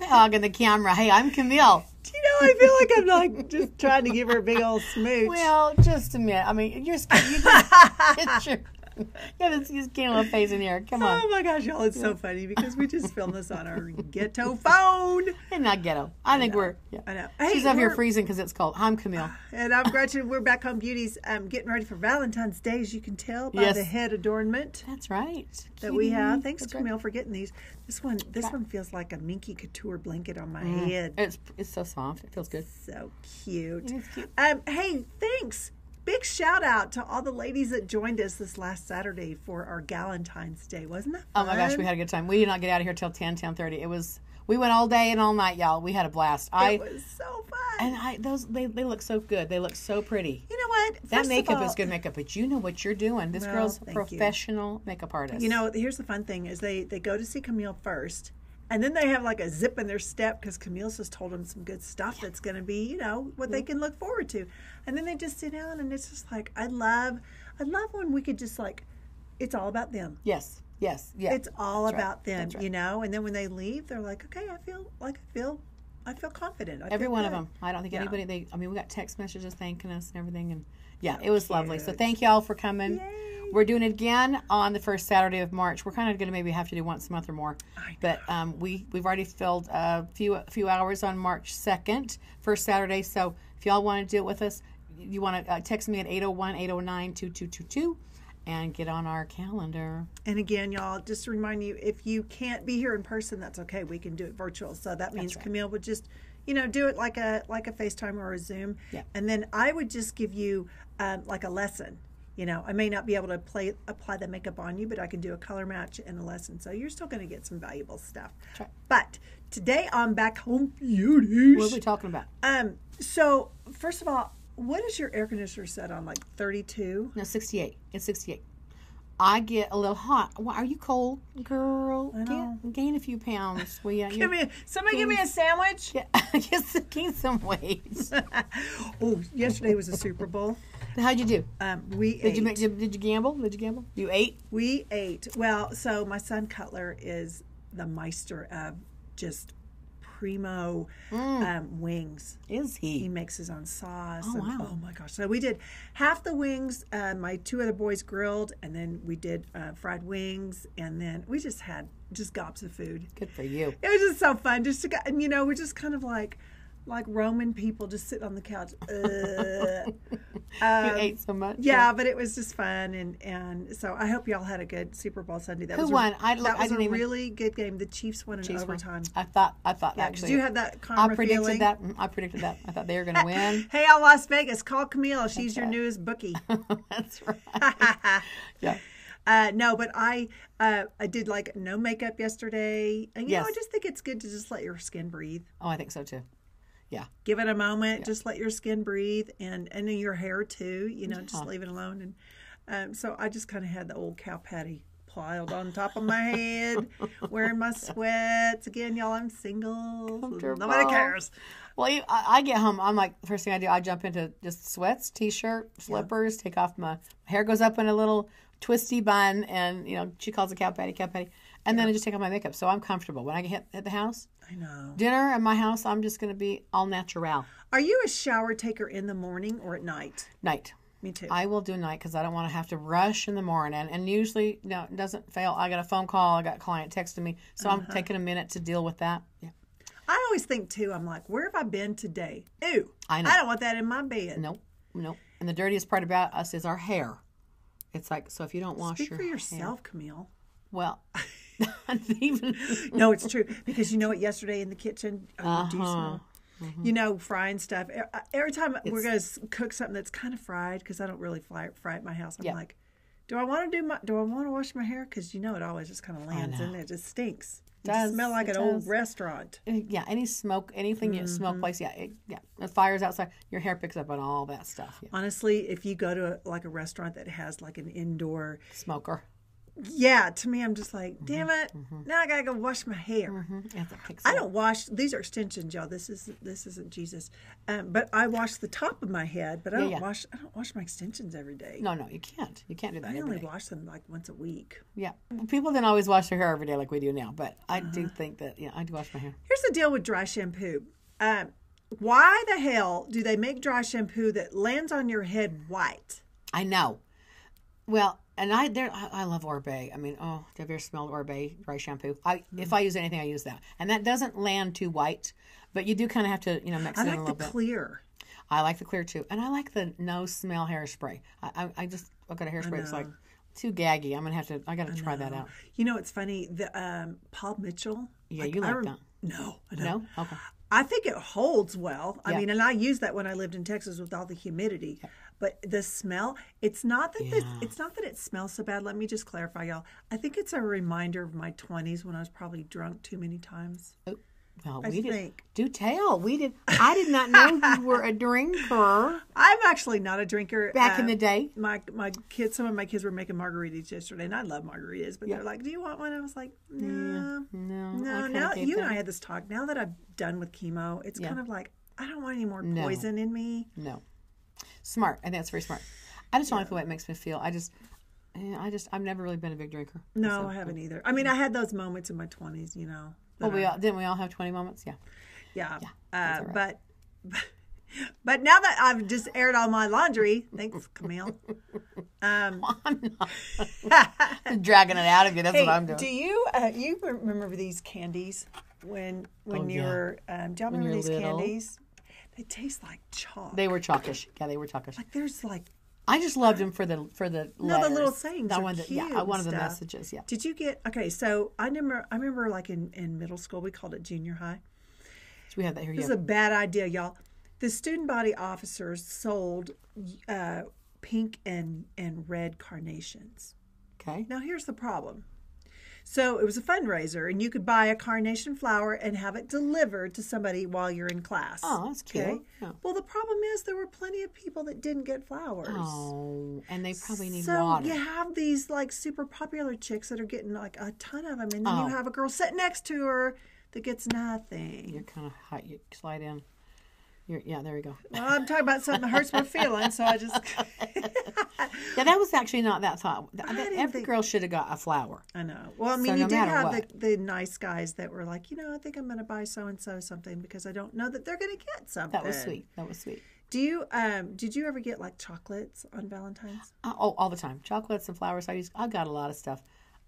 Hogging the camera. Hey, I'm Camille. Do you know, I feel like I'm like just trying to give her a big old smooch. Well, just a minute. I mean, you're you just picture. You haven't seen Camila face in here. Come on. oh my gosh, y'all, it's so funny because we just filmed this on our ghetto phone. And not ghetto. I think we're. Yeah. I know. She's Hey, up here we're- freezing because it's cold. I'm Camille. And I'm Gretchen. We're back home beauties. Um, getting ready for Valentine's Day, as you can tell by Yes. the head adornment That's right. that we have. Cutie. Thanks, That's right. Camille, for getting these. This one, this one feels like a minky couture blanket on my Mm. head. It's it's so soft. It feels good. So cute. It is cute. Um, hey, thanks. Big shout out to all the ladies that joined us this last Saturday for our Galentine's Day. Wasn't that Oh fun? my gosh, we had a good time. We did not get out of here till 10, 10 It was we went all day and all night, y'all. We had a blast. I It was so fun. and I those they, they look so good. They look so pretty. you know what? First That of makeup is all- good makeup, but you know what you're doing. This Well, girl's a thank you. professional makeup artist. You know, here's the fun thing: is they they go to see Camille first, and then they have like a zip in their step because Camille's just told them some good stuff that's going to be, you know, what they can look forward to, and then they just sit down and it's just like I love, I love when we could just like, it's all about them. Yes. Yes. Yeah. It's all That's right. about them, That's right. you know. And then when they leave, they're like, okay, I feel like I feel, I feel confident. I Every feel one of good. them. I don't think Yeah. anybody. They. I mean, we got text messages thanking us and everything, and yeah, it was lovely. So thank y'all for coming. Yay. We're doing it again on the first Saturday of March. We're kind of going to maybe have to do once a month or more, I but um, we we've already filled a few a few hours on March second, first Saturday. So if y'all want to do it with us, you want to uh, text me at 801-809-2222 and get on our calendar. And again, y'all, just to remind you, if you can't be here in person, that's okay. We can do it virtual. So that means Camille would just, you know, do it like a like a FaceTime or a Zoom. Yeah. And then I would just give you um, like a lesson. You know, I may not be able to play apply the makeup on you, but I can do a color match and a lesson. So you're still going to get some valuable stuff. right. But today on Back Home Beauties. What are we talking about? um. So first of all, what is your air conditioner set on? Like 32. No, 68. It's 68. I get a little hot. Why are you cold, girl? Get, gain a few pounds. Will you? Give me somebody. Give me a sandwich. Get, get- gain some weight. Oh, yesterday was a Super Bowl. How'd you do? Um, we Did ate. you, make, did, did you gamble? Did you gamble? You ate? we ate. Well, so my son Cutler is the meister of just primo Mm. um, wings. Is He he? makes his own sauce. and- wow. Oh my gosh! So we did half the wings. Uh, my two other boys grilled, and then we did uh, fried wings, and then we just had just gobs of food. Good for you. It was just so fun. Just to, go- and you know, we're just kind of like like Roman people, just sitting on the couch. Ugh. you ate so much. Um, Yeah, but it was just fun, and and so I hope y'all had a good Super Bowl Sunday. That Who was a- won? I- that I was didn't a even- really good game. The Chiefs won in Jeez, well, overtime. I thought, I thought Did actually. you have that karma I predicted feeling? that. Mm, I predicted that. I thought they were going to win. Hey, all Las Vegas, call Camille. She's your newest bookie. That's right. Yeah. Uh, no, but I uh, I did like no makeup yesterday, and you know I Yes. just think it's good to just let your skin breathe. Oh, I think so too. Yeah. Give it a moment. Just let your skin breathe, and and then your hair too. You know, just leave it alone. And um, so I just kind of had the old cow patty piled on top of my head, wearing my sweats again, y'all. I'm single. so Nobody Comfortable. cares. Well, you, I, I get home. I'm like, first thing I do, I jump into just sweats, t-shirt, slippers, take off my, my hair goes up in a little twisty bun, and you know she calls it cow patty, cow patty, and then I just take off my makeup, so I'm comfortable. When I get hit, hit the house, I know. dinner at my house, I'm just gonna be all natural. Are you a shower taker in the morning or at night? Night, Me too. I will do night because I don't want to have to rush in the morning, and usually no, it doesn't fail. I got a phone call, I got a client texting me, so Uh-huh. I'm taking a minute to deal with that. Yeah. I always think too. I'm like, where have I been today? Ew. I know. I don't want that in my bed. Nope, nope. And the dirtiest part about us is our hair. It's like so if you don't wash Speak your for yourself, Camille. Well, not even No, it's true because you know what? Yesterday in the kitchen, oh, you do Uh-huh. smell. Mm-hmm. You know, frying stuff. E- uh, Every time we're going to cook something that's kind of fried, because I don't really fry, fry at my house, I'm Yeah. like, do I want to do my? Do I want to wash my hair? Because you know it always just kind of lands in there. It just stinks. It does, smell like it an old does. restaurant. yeah. Any smoke, anything you Mm-hmm. smoke place, yeah, it, yeah. The fires outside, your hair picks up on all that stuff. Yeah. Honestly, if you go to a, like a restaurant that has like an indoor Smoker, yeah, to me, I'm just Mm-hmm. like, damn it! Now I gotta go wash my hair. I don't wash these are extensions, y'all. This is this isn't Jesus, um, but I wash the top of my head, but I don't yeah. wash I don't wash my extensions every day. No, no, you can't. You can't do that. I every only day. wash them like once a week. Yeah, people didn't always wash their hair every day like we do now, but I do Uh-huh. think that yeah, I do wash my hair. Here's the deal with dry shampoo. Um, why the hell do they make dry shampoo that lands on your head white? I know. Well, and I there I, I love Orbe. I mean, oh, have you ever smelled Orbe dry shampoo? I Mm-hmm. if I use anything, I use that, and that doesn't land too white, but you do kind of have to you know mix I it in a like the little bit. clear. I like the clear too, and I like the no smell hairspray. I I, I just I got a hairspray that's like too gaggy. I'm gonna have to. I got to try that out. You know, it's funny. The um, Paul Mitchell. Yeah, you like rem- that. No, I don't. No, okay. I think it holds well. I Yeah. mean, and I used that when I lived in Texas with all the humidity. But the smell, it's not that this, it's not that it smells so bad. Let me just clarify, y'all. I think it's a reminder of my 20s when I was probably drunk too many times. Well, we did. think. Do tell. We did. I did not know you were a drinker I'm actually not a drinker. back in um, the day. my my kids some of my kids were making margaritas yesterday and I love margaritas but they're like do you want one I was like no No, I no kinda now get you and that. I had this talk now that I'm done with chemo it's kind of like I don't want any more poison in me No. Smart. I think that's very smart. I just don't like the way it makes me feel. I just, eh, I just, I've never really been a big drinker. no I haven't either I mean I had those moments in my 20s you know Well, we Uh-huh. all didn't. We all have twenty moments. Oh, Yeah. yeah, uh, but but now that I've just aired all my laundry thanks Camille um Dragging it out of you. That's Hey, what I'm doing. Do you uh, you remember these candies when when you Oh, yeah. were? Um, do y'all remember you're these little. candies? They taste like chalk. they were chalkish. Yeah, they were chalkish. like there's like I just loved them for the for the no the letters. little sayings. I are wanted the- cute yeah, I wanted and the stuff. messages. Yeah. Did you get okay? So I remember I remember like in in middle school we called it junior high. So we have that here. This Yeah. is a bad idea, y'all. The student body officers sold uh, pink and and red carnations. okay. Now, here's the problem. So it was a fundraiser, and you could buy a carnation flower and have it delivered to somebody while you're in class. Oh, that's cute. Yeah. Well, the problem is there were plenty of people that didn't get flowers. Oh, and they probably need so water. you have these like super popular chicks that are getting like a ton of them, and then Oh. you have a girl sitting next to her that gets nothing. You're kind of hot. You slide in. You're, yeah. There we go. Well, I'm talking about something that hurts my feelings, so I just Yeah, that was actually not that thought. That- that didn't every think- girl should have got a flower. I know. Well, I mean, no you did matter have the, what. the nice guys that were like, you know, I think I'm going to buy so and so something because I don't know that they're going to get something. That was sweet. That was sweet. Do you um did you ever get like chocolates on Valentine's? Uh, oh, all the time. Chocolates and flowers. I use. I got a lot of stuff.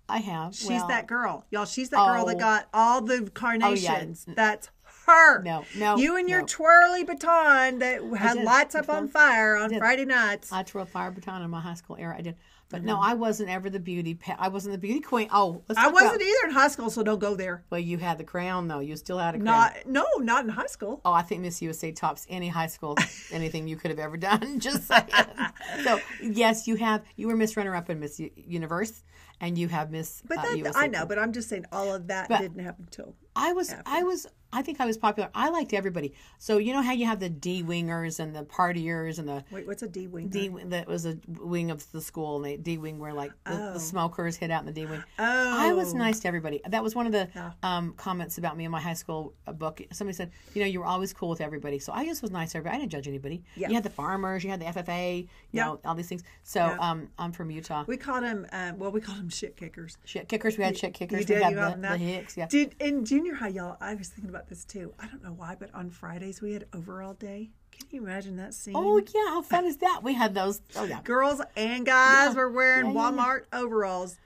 I have. She's that girl, y'all. She's that girl that Oh. got all the carnations. That's her. No, no, You and your no. twirly baton that had did. lights up on fire on Friday nights. I threw a fire baton in my high school era. I did, but no, I wasn't ever the beauty. Pa- I wasn't the beauty queen. Oh, let's Mm-hmm. I talk wasn't e About, either in high school, so don't go there. well, you had the crown though. You still had a crown. Not no, not in high school. oh, I think Miss USA tops any high school anything you could have ever done. Just saying. so yes, you have. You were Miss Runner Up in Miss U- Universe, and you have Miss. But uh, that, USA I know, but I'm just saying all of that didn't happen till I was I was I think I was popular. I liked everybody. So you know how you have the D wingers and the partiers and the wait, what's a D wing? D that was a wing of the school and they D wing were like the, the smokers hid out in the D wing. Oh. I was nice to everybody. That was one of the um, comments about me in my high school uh, book. Somebody said, you know, you were always cool with everybody. So I just was nice to everybody. I didn't judge anybody. Yeah. You had the farmers, you had the FFA, you Yeah. know, all these things. So um, I'm from Utah. We called them, uh, well, we called them shit kickers. shit kickers, we had shit kickers. You did, we had you the, got that. the Hicks. Yeah. Did in junior high, y'all? I was thinking about this too. I don't know why, but on Fridays we had overall day. Can you imagine that scene? Oh yeah, how fun is that? We had those. Oh yeah. Girls and guys were wearing Yeah, yeah, yeah. Walmart overalls.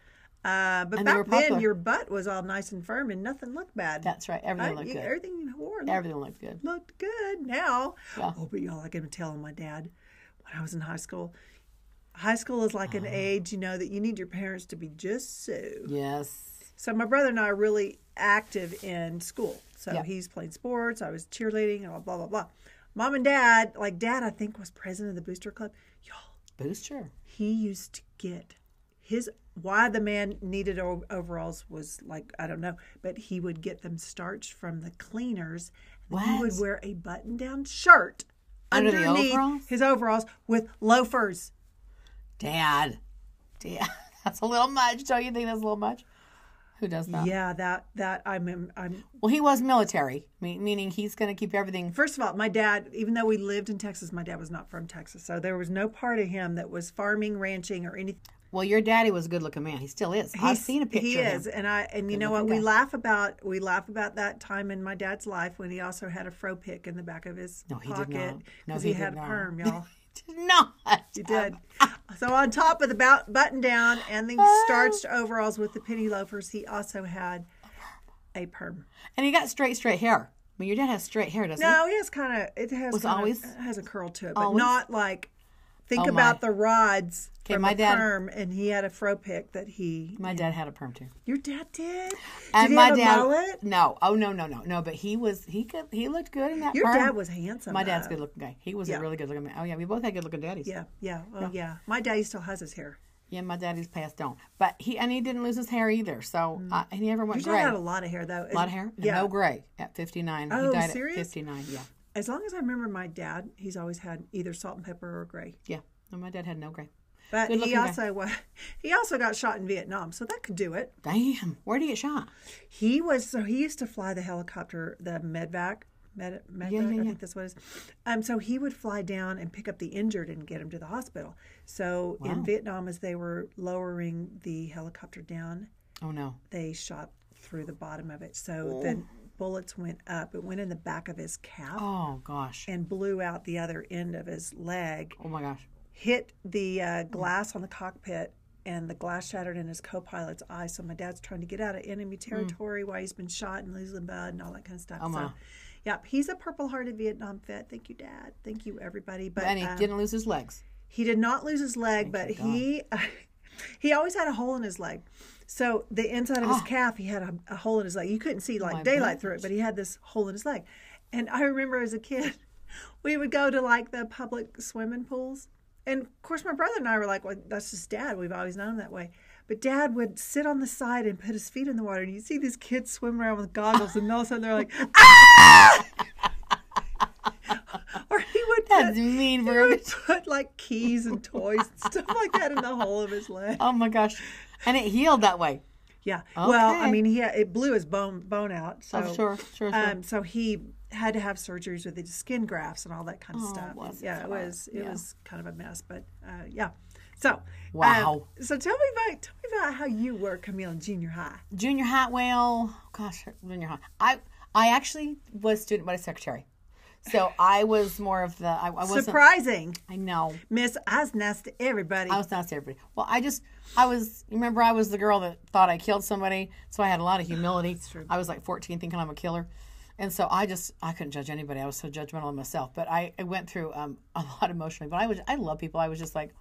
Uh, but And they were back then, popular. your butt was all nice and firm, and nothing looked bad. That's right. Everything Right? looked You- good. Everything you wore looked, Everything looked good. looked good. Now, Yeah. oh, but y'all, I can tell my dad when I was in high school. High school is like an Oh. age, you know, that you need your parents to be just so. Yes. So my brother and I are really active in school. So Yeah. he's playing sports. I was cheerleading and blah blah blah. Mom and dad, like dad, I think was president of the booster club. Y'all, Booster. he used to get his why the man needed o- overalls was like I don't know, but he would get them starched from the cleaners. and He would What? wear a button-down shirt Under the underneath overalls? his overalls with loafers. Dad. Dad. That's a little much. Don't you think that's a little much? Who does that? Yeah, that that I'm I'm Well, he was military, me- meaning he's going to keep everything. First of all, my dad, even though we lived in Texas, my dad was not from Texas. So there was no part of him that was farming, ranching, or anything. Well, your daddy was a good-looking man. He still is. I've He's- seen a picture. He of him. is, and I and you know what? We laugh about we laugh about that time in my dad's life when he also had a fro pick in the back of his No, he did pocket not. No, because he he, did had a not. perm, y'all. No, He did. so on top of the bout- button down and the Oh. starched overalls with the penny loafers, he also had a perm. and he got straight, straight hair. I mean, your dad has straight hair, doesn't No, he has kind of it has Was kinda- always- it has a curl to it, but always? not like think Oh, about the rods from my the dad- perm, and he had a fro pick that he he? My dad had a perm too. your dad did. Did And he my have dad, a mullet? no, oh no, no, no, no. But he was, he could, he looked good in that. Your perm. dad was handsome. My dad's though. good looking guy. He was Yeah. a really good looking man. Oh yeah, we both had good looking daddies. Yeah, yeah, oh yeah. My daddy still has his hair. Yeah, my daddy's passed on, but he and he didn't lose his hair either. So Mm. uh, and he never went Your dad gray. had a lot of hair though. a lot of hair, Yeah. no gray at fifty nine. Oh, he died serious? at fifty nine. Yeah, As long as I remember, my dad, he's always had either salt and pepper or gray. yeah. No, my dad had no gray. But Good he looking guy. also was, he also got shot in Vietnam, so that could do it. Damn, where would he get shot? He was so he used to fly the helicopter, the medvac, med, medvac. yeah, yeah. I think that's what it is. Um, so he would fly down and pick up the injured and get him to the hospital. So in Vietnam, as they were lowering the helicopter down, Oh no. they shot through the bottom of it. So the bullets went up. It went in the back of his cap Oh gosh. and blew out the other end of his leg. Oh my gosh. Hit the uh, glass on the cockpit. And the glass shattered in his co-pilot's eye. So my dad's trying to get out of enemy territory while he's been shot and losing blood and all that kind of stuff. so, wow. yep, he's a Purple-hearted Vietnam vet. Thank you, Dad. Thank you, everybody. But And he um, didn't lose his legs. he did not lose his leg, but he he always had a hole in his leg. So the inside of his calf, he had a, a hole in his leg. You couldn't see like daylight through it, but he had this hole in his leg. And I remember as a kid, we would go to like the public swimming pools, and of course my brother and I were like, "Well, that's just Dad. We've always known him that way." But Dad would sit on the side and put his feet in the water, and you see these kids swimming around with goggles, and all of a sudden they're like, "Ah!" or he would put- That's mean he for would put like keys and toys and stuff like that in the hole of his leg. Oh my gosh. And it healed that way. Yeah. Well, I Okay. mean, he it blew his bone bone out. So Oh, sure, sure, sure. Um, so he had to have surgeries with his skin grafts and all that kind of stuff. bless yeah, his it heart. was it Oh, Yeah. was kind of a mess, but uh, yeah. So um, Wow. so tell me about tell me about how you were Camille in junior high. Junior high, well, gosh, junior high. I I actually was student body secretary. So I was more of the I, I wasn't Surprising, I know. Miss Osnes to everybody. I was not everybody. Well, I just I was remember I was the girl that thought I killed somebody, so I had a lot of humility. I was like 14 thinking I'm a killer. And so I just I couldn't judge anybody. I was so judgmental of myself. But I, I went through um, a lot emotionally. But I was I love people. I was just like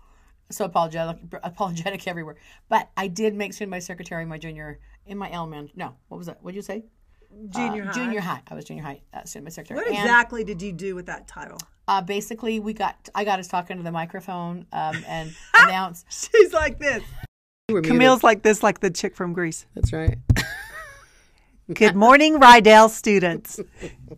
so apologetic apologetic everywhere. But I did make student my secretary my junior in my element. No, what was that? What did you say? junior high. uh, Junior high. I was junior high uh, student my secretary. What And- exactly did you do with that title? uh, basically, we got I got us talking to the microphone um, and announced She's like this. Camille's like this, like the chick from Greece. That's right. Good morning, Rydell students.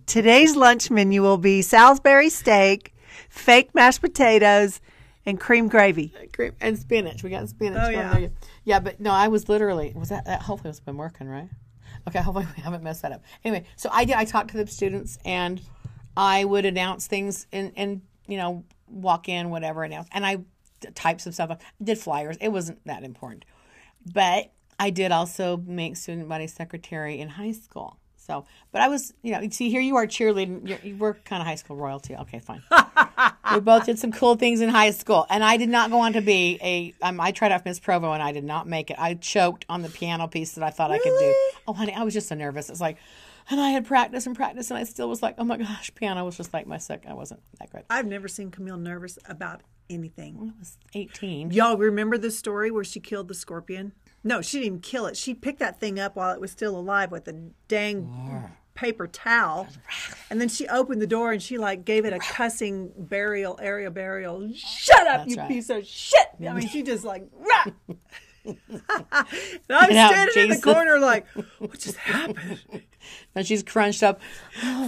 Today's lunch menu will be Salisbury steak, fake mashed potatoes, and cream gravy. Cream and spinach. We got spinach. Oh, from yeah. there. yeah, but no, I was literally was that, that hopefully it's been working, right? Okay, hopefully we haven't messed that up. Anyway, so I did I talked to the students and I would announce things and and you know, walk in, whatever, announce and I d- typed some stuff up. Did flyers. It wasn't that important. But I did also make student body secretary in high school. So, but I was, you know, see, here you are cheerleading. You're, you were kind of high school royalty. Okay, fine. we both did some cool things in high school, and I did not go on to be a. Um, I tried out for Miss Provo, and I did not make it. I choked on the piano piece that I thought I could do. Oh, honey, I was just so nervous. It's like, and I had practice and practice, and I still was like, oh my gosh, piano was just like my sec. I wasn't that great. I I've never seen Camille nervous about anything. was eighteen. Y'all remember the story where she killed the scorpion? No, she didn't even kill it. She picked that thing up while it was still alive with a dang paper towel. And then she opened the door and she like gave it a cussing burial area burial. Shut up, you right. piece of shit. I mean she just like rah. and I'm Get out, standing in the Jason. corner like, what just happened? And she's crunched up.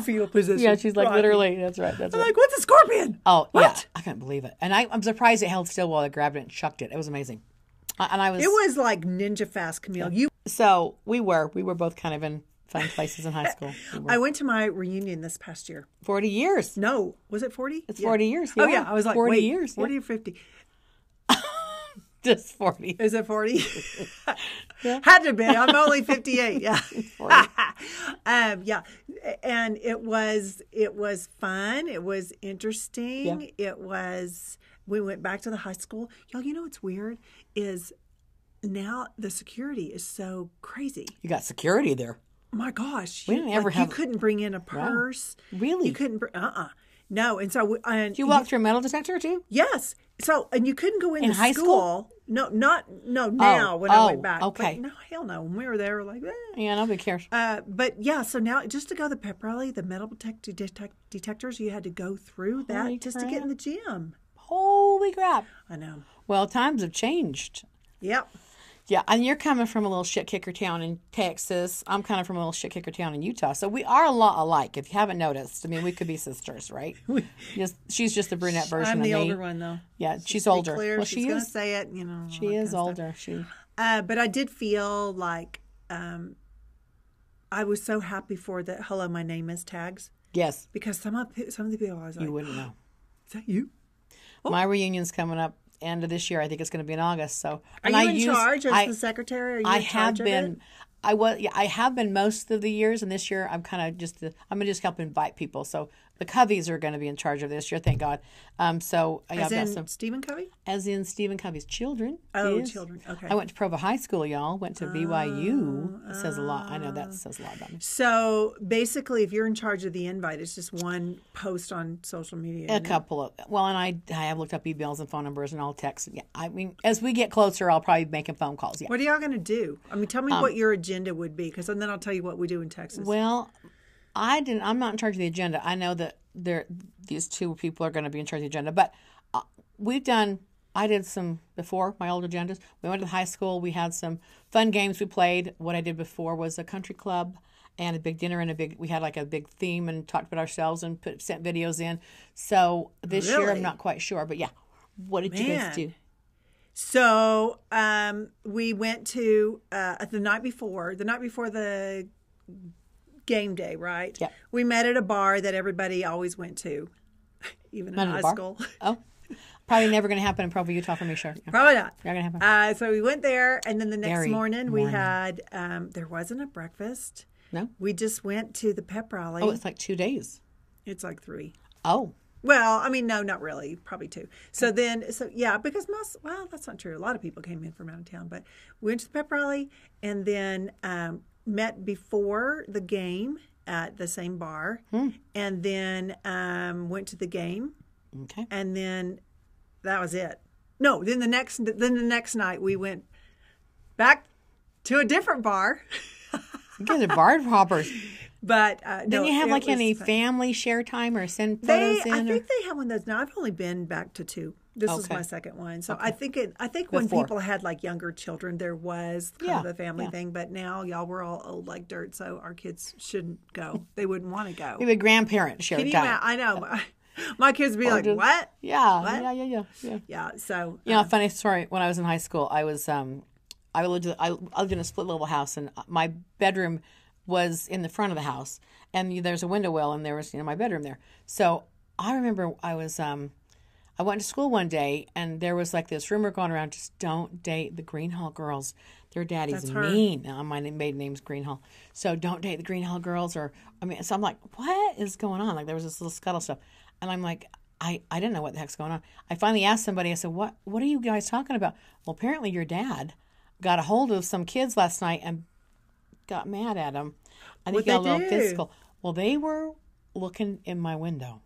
Fetal position. Yeah, she's like Right. literally. That's right. That's I'm right. like, what's a scorpion? Oh yeah, What? I couldn't believe it, and I, I'm surprised it held still while I grabbed it and chucked it. It was amazing. Uh, And I was It was like ninja fast, Camille. You so we were we were both kind of in fun places in high school. We were. I went to my reunion this past year. Forty years. No, was it 40? It's forty years. Oh yeah, I was like forty wait, years. yeah. 40 or 50. Just forty. Is it 40? Had to be. I'm only 58. Yeah. um, yeah. And it was it was fun. It was interesting. It was we went back to the high school. Y'all, you know what's weird is now the security is so crazy. You got security there. My gosh, we didn't ever you have- couldn't bring in a purse. Really? You couldn't. br- Uh-uh. No. And so we- and You walked through a metal detector too? Yes. So, and you couldn't go in In the high school? No, not no. Now, when I oh, went back, okay. But no, hell no. When we were there, we're like, eh. Yeah, nobody cares. uh, but yeah. So now, just to go to the pep rally, the metal detect- detect- detectors, you had to go through that Holy just to get in the gym. Holy crap. I know. Well, times have changed. Yep. Yeah, and you're coming from a little shit kicker town in Texas. I'm kind of from a little shit kicker town in Utah. So we are a lot alike. If you haven't noticed, I mean, we could be sisters, right? just she's just the brunette version I'm of the me. older one though. Yeah, she's Be older. Clear, well, she's she gonna is. say it. You know. all She that is kinda stuff. older. She. Uh, but I did feel like um, I was so happy for the "Hello, my name is" tags Yes, because some of some of the people I was like, you wouldn't know. "Is that you?" Oh. My reunion's coming up end of this year. I think it's going to be in August. So Are and you I in use- charge as I- the secretary? Are you I in have charge of it? been. I was. Yeah, I have been most of the years, and this year I'm kind of just. I'm gonna just help invite people. So the Coveys are going to be in charge of this year. Thank God. Um. So yeah, I've As got in some. Stephen Covey? As in Stephen Covey's children. Oh, is- children. Okay. Oh, I went to Provo High School, y'all. Went to BYU. It says a lot. I know that says a lot about me. So basically, if you're in charge of the invite, it's just one post on social media. A couple of well, and I I have looked up emails and phone numbers and I'll text. Yeah, I mean, as we get closer, I'll probably be making phone calls. Yeah. What are y'all going to do? I mean, tell me Um, what your agenda would be, because then I'll tell you what we do in Texas. Well, I didn't. I'm not in charge of the agenda. I know that there these two people are going to be in charge of the agenda, but uh, we've done. I did some before my old agendas. We went to the high school. We had some fun games we played. What I did before was a country club and a big dinner and a big. We had like a big theme and talked about ourselves and put sent videos in. So this year Really? I'm not quite sure, but yeah. What did you Man. guys do? so um, we went to uh, the night before, the night before the game day, right? Yeah. We met at a bar that everybody always went to, even in at a high bar? school. Oh, probably never going to happen in Provo, Utah, for me. Sure, Yeah, Probably not. not going to happen. Uh, so we went there, and then the next Very morning, we morning. had um, there wasn't a breakfast. No. We just went to the pep rally. Oh, it's like two days. it's like three. Oh, Well, I mean, no, not really. Probably two. So then, so yeah, because most well, that's not true. A lot of people came in from out of town, but we went to the pep rally and then um, met before the game at the same bar, Hmm. and then um, went to the game, okay. and then that was it. No, then the next then the next night we went back to a different bar, You guys are barn hoppers. but uh, Didn't you have like any They, family share time or send I photos in? think or, they have one of those now. I've only been back to two. This is Okay. my second one, so I think it, I think when Before. people had like younger children, there was kind of Yeah, a family yeah. thing. But now y'all were all old like dirt, so our kids shouldn't go. They wouldn't want to go. maybe a grandparent share Can you ima- time. I know my, my kids would be like, just- "What?" Yeah, What? yeah, yeah, yeah, yeah. Yeah. So uh, You know, funny story. When I was in high school, I was um, I lived I I lived in a split level house, and my bedroom was in the front of the house, and there's a window well, and there was you know my bedroom there. So I remember I was um, I went to school one day, and there was like this rumor going around: just don't date the Greenhall girls. Their daddy's mean. Now, my na- maiden name's Greenhall, so don't date the Greenhall girls. Or I mean, so I'm like, what is going on? Like there was this little scuttle stuff, and I'm like, I I didn't know what the heck's going on. I finally asked somebody. I said, what What are you guys talking about? Well, apparently your dad got a hold of some kids last night and got mad at them. I think What'd he got a they little do? physical. Well, they were looking in my window.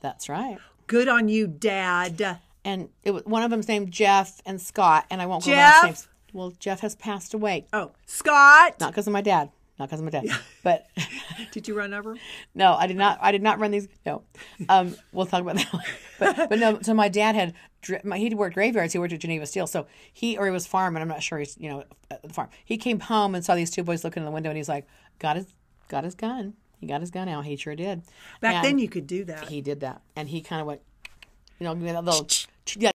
That's right good on you, Dad. and it was one of them's named Jeff and Scott, and I won't go over last Jeff? names. Well, Jeff has passed away, Oh, Scott. not because of my dad, not because of my dad, but Did you run over? no, I did not. I did not run these. No, um, we'll talk about that. One. But but no. So my dad had dr- my, he worked graveyards. He worked at Geneva Steel. So he or he was farming. I'm not sure. He's you know at the farm. He came home and saw these two boys looking in the window, and he's like, got his got his gun. He got his gun out. He sure did. Back And then, you could do that. he did that, and he kind of went, you know, give me that little yeah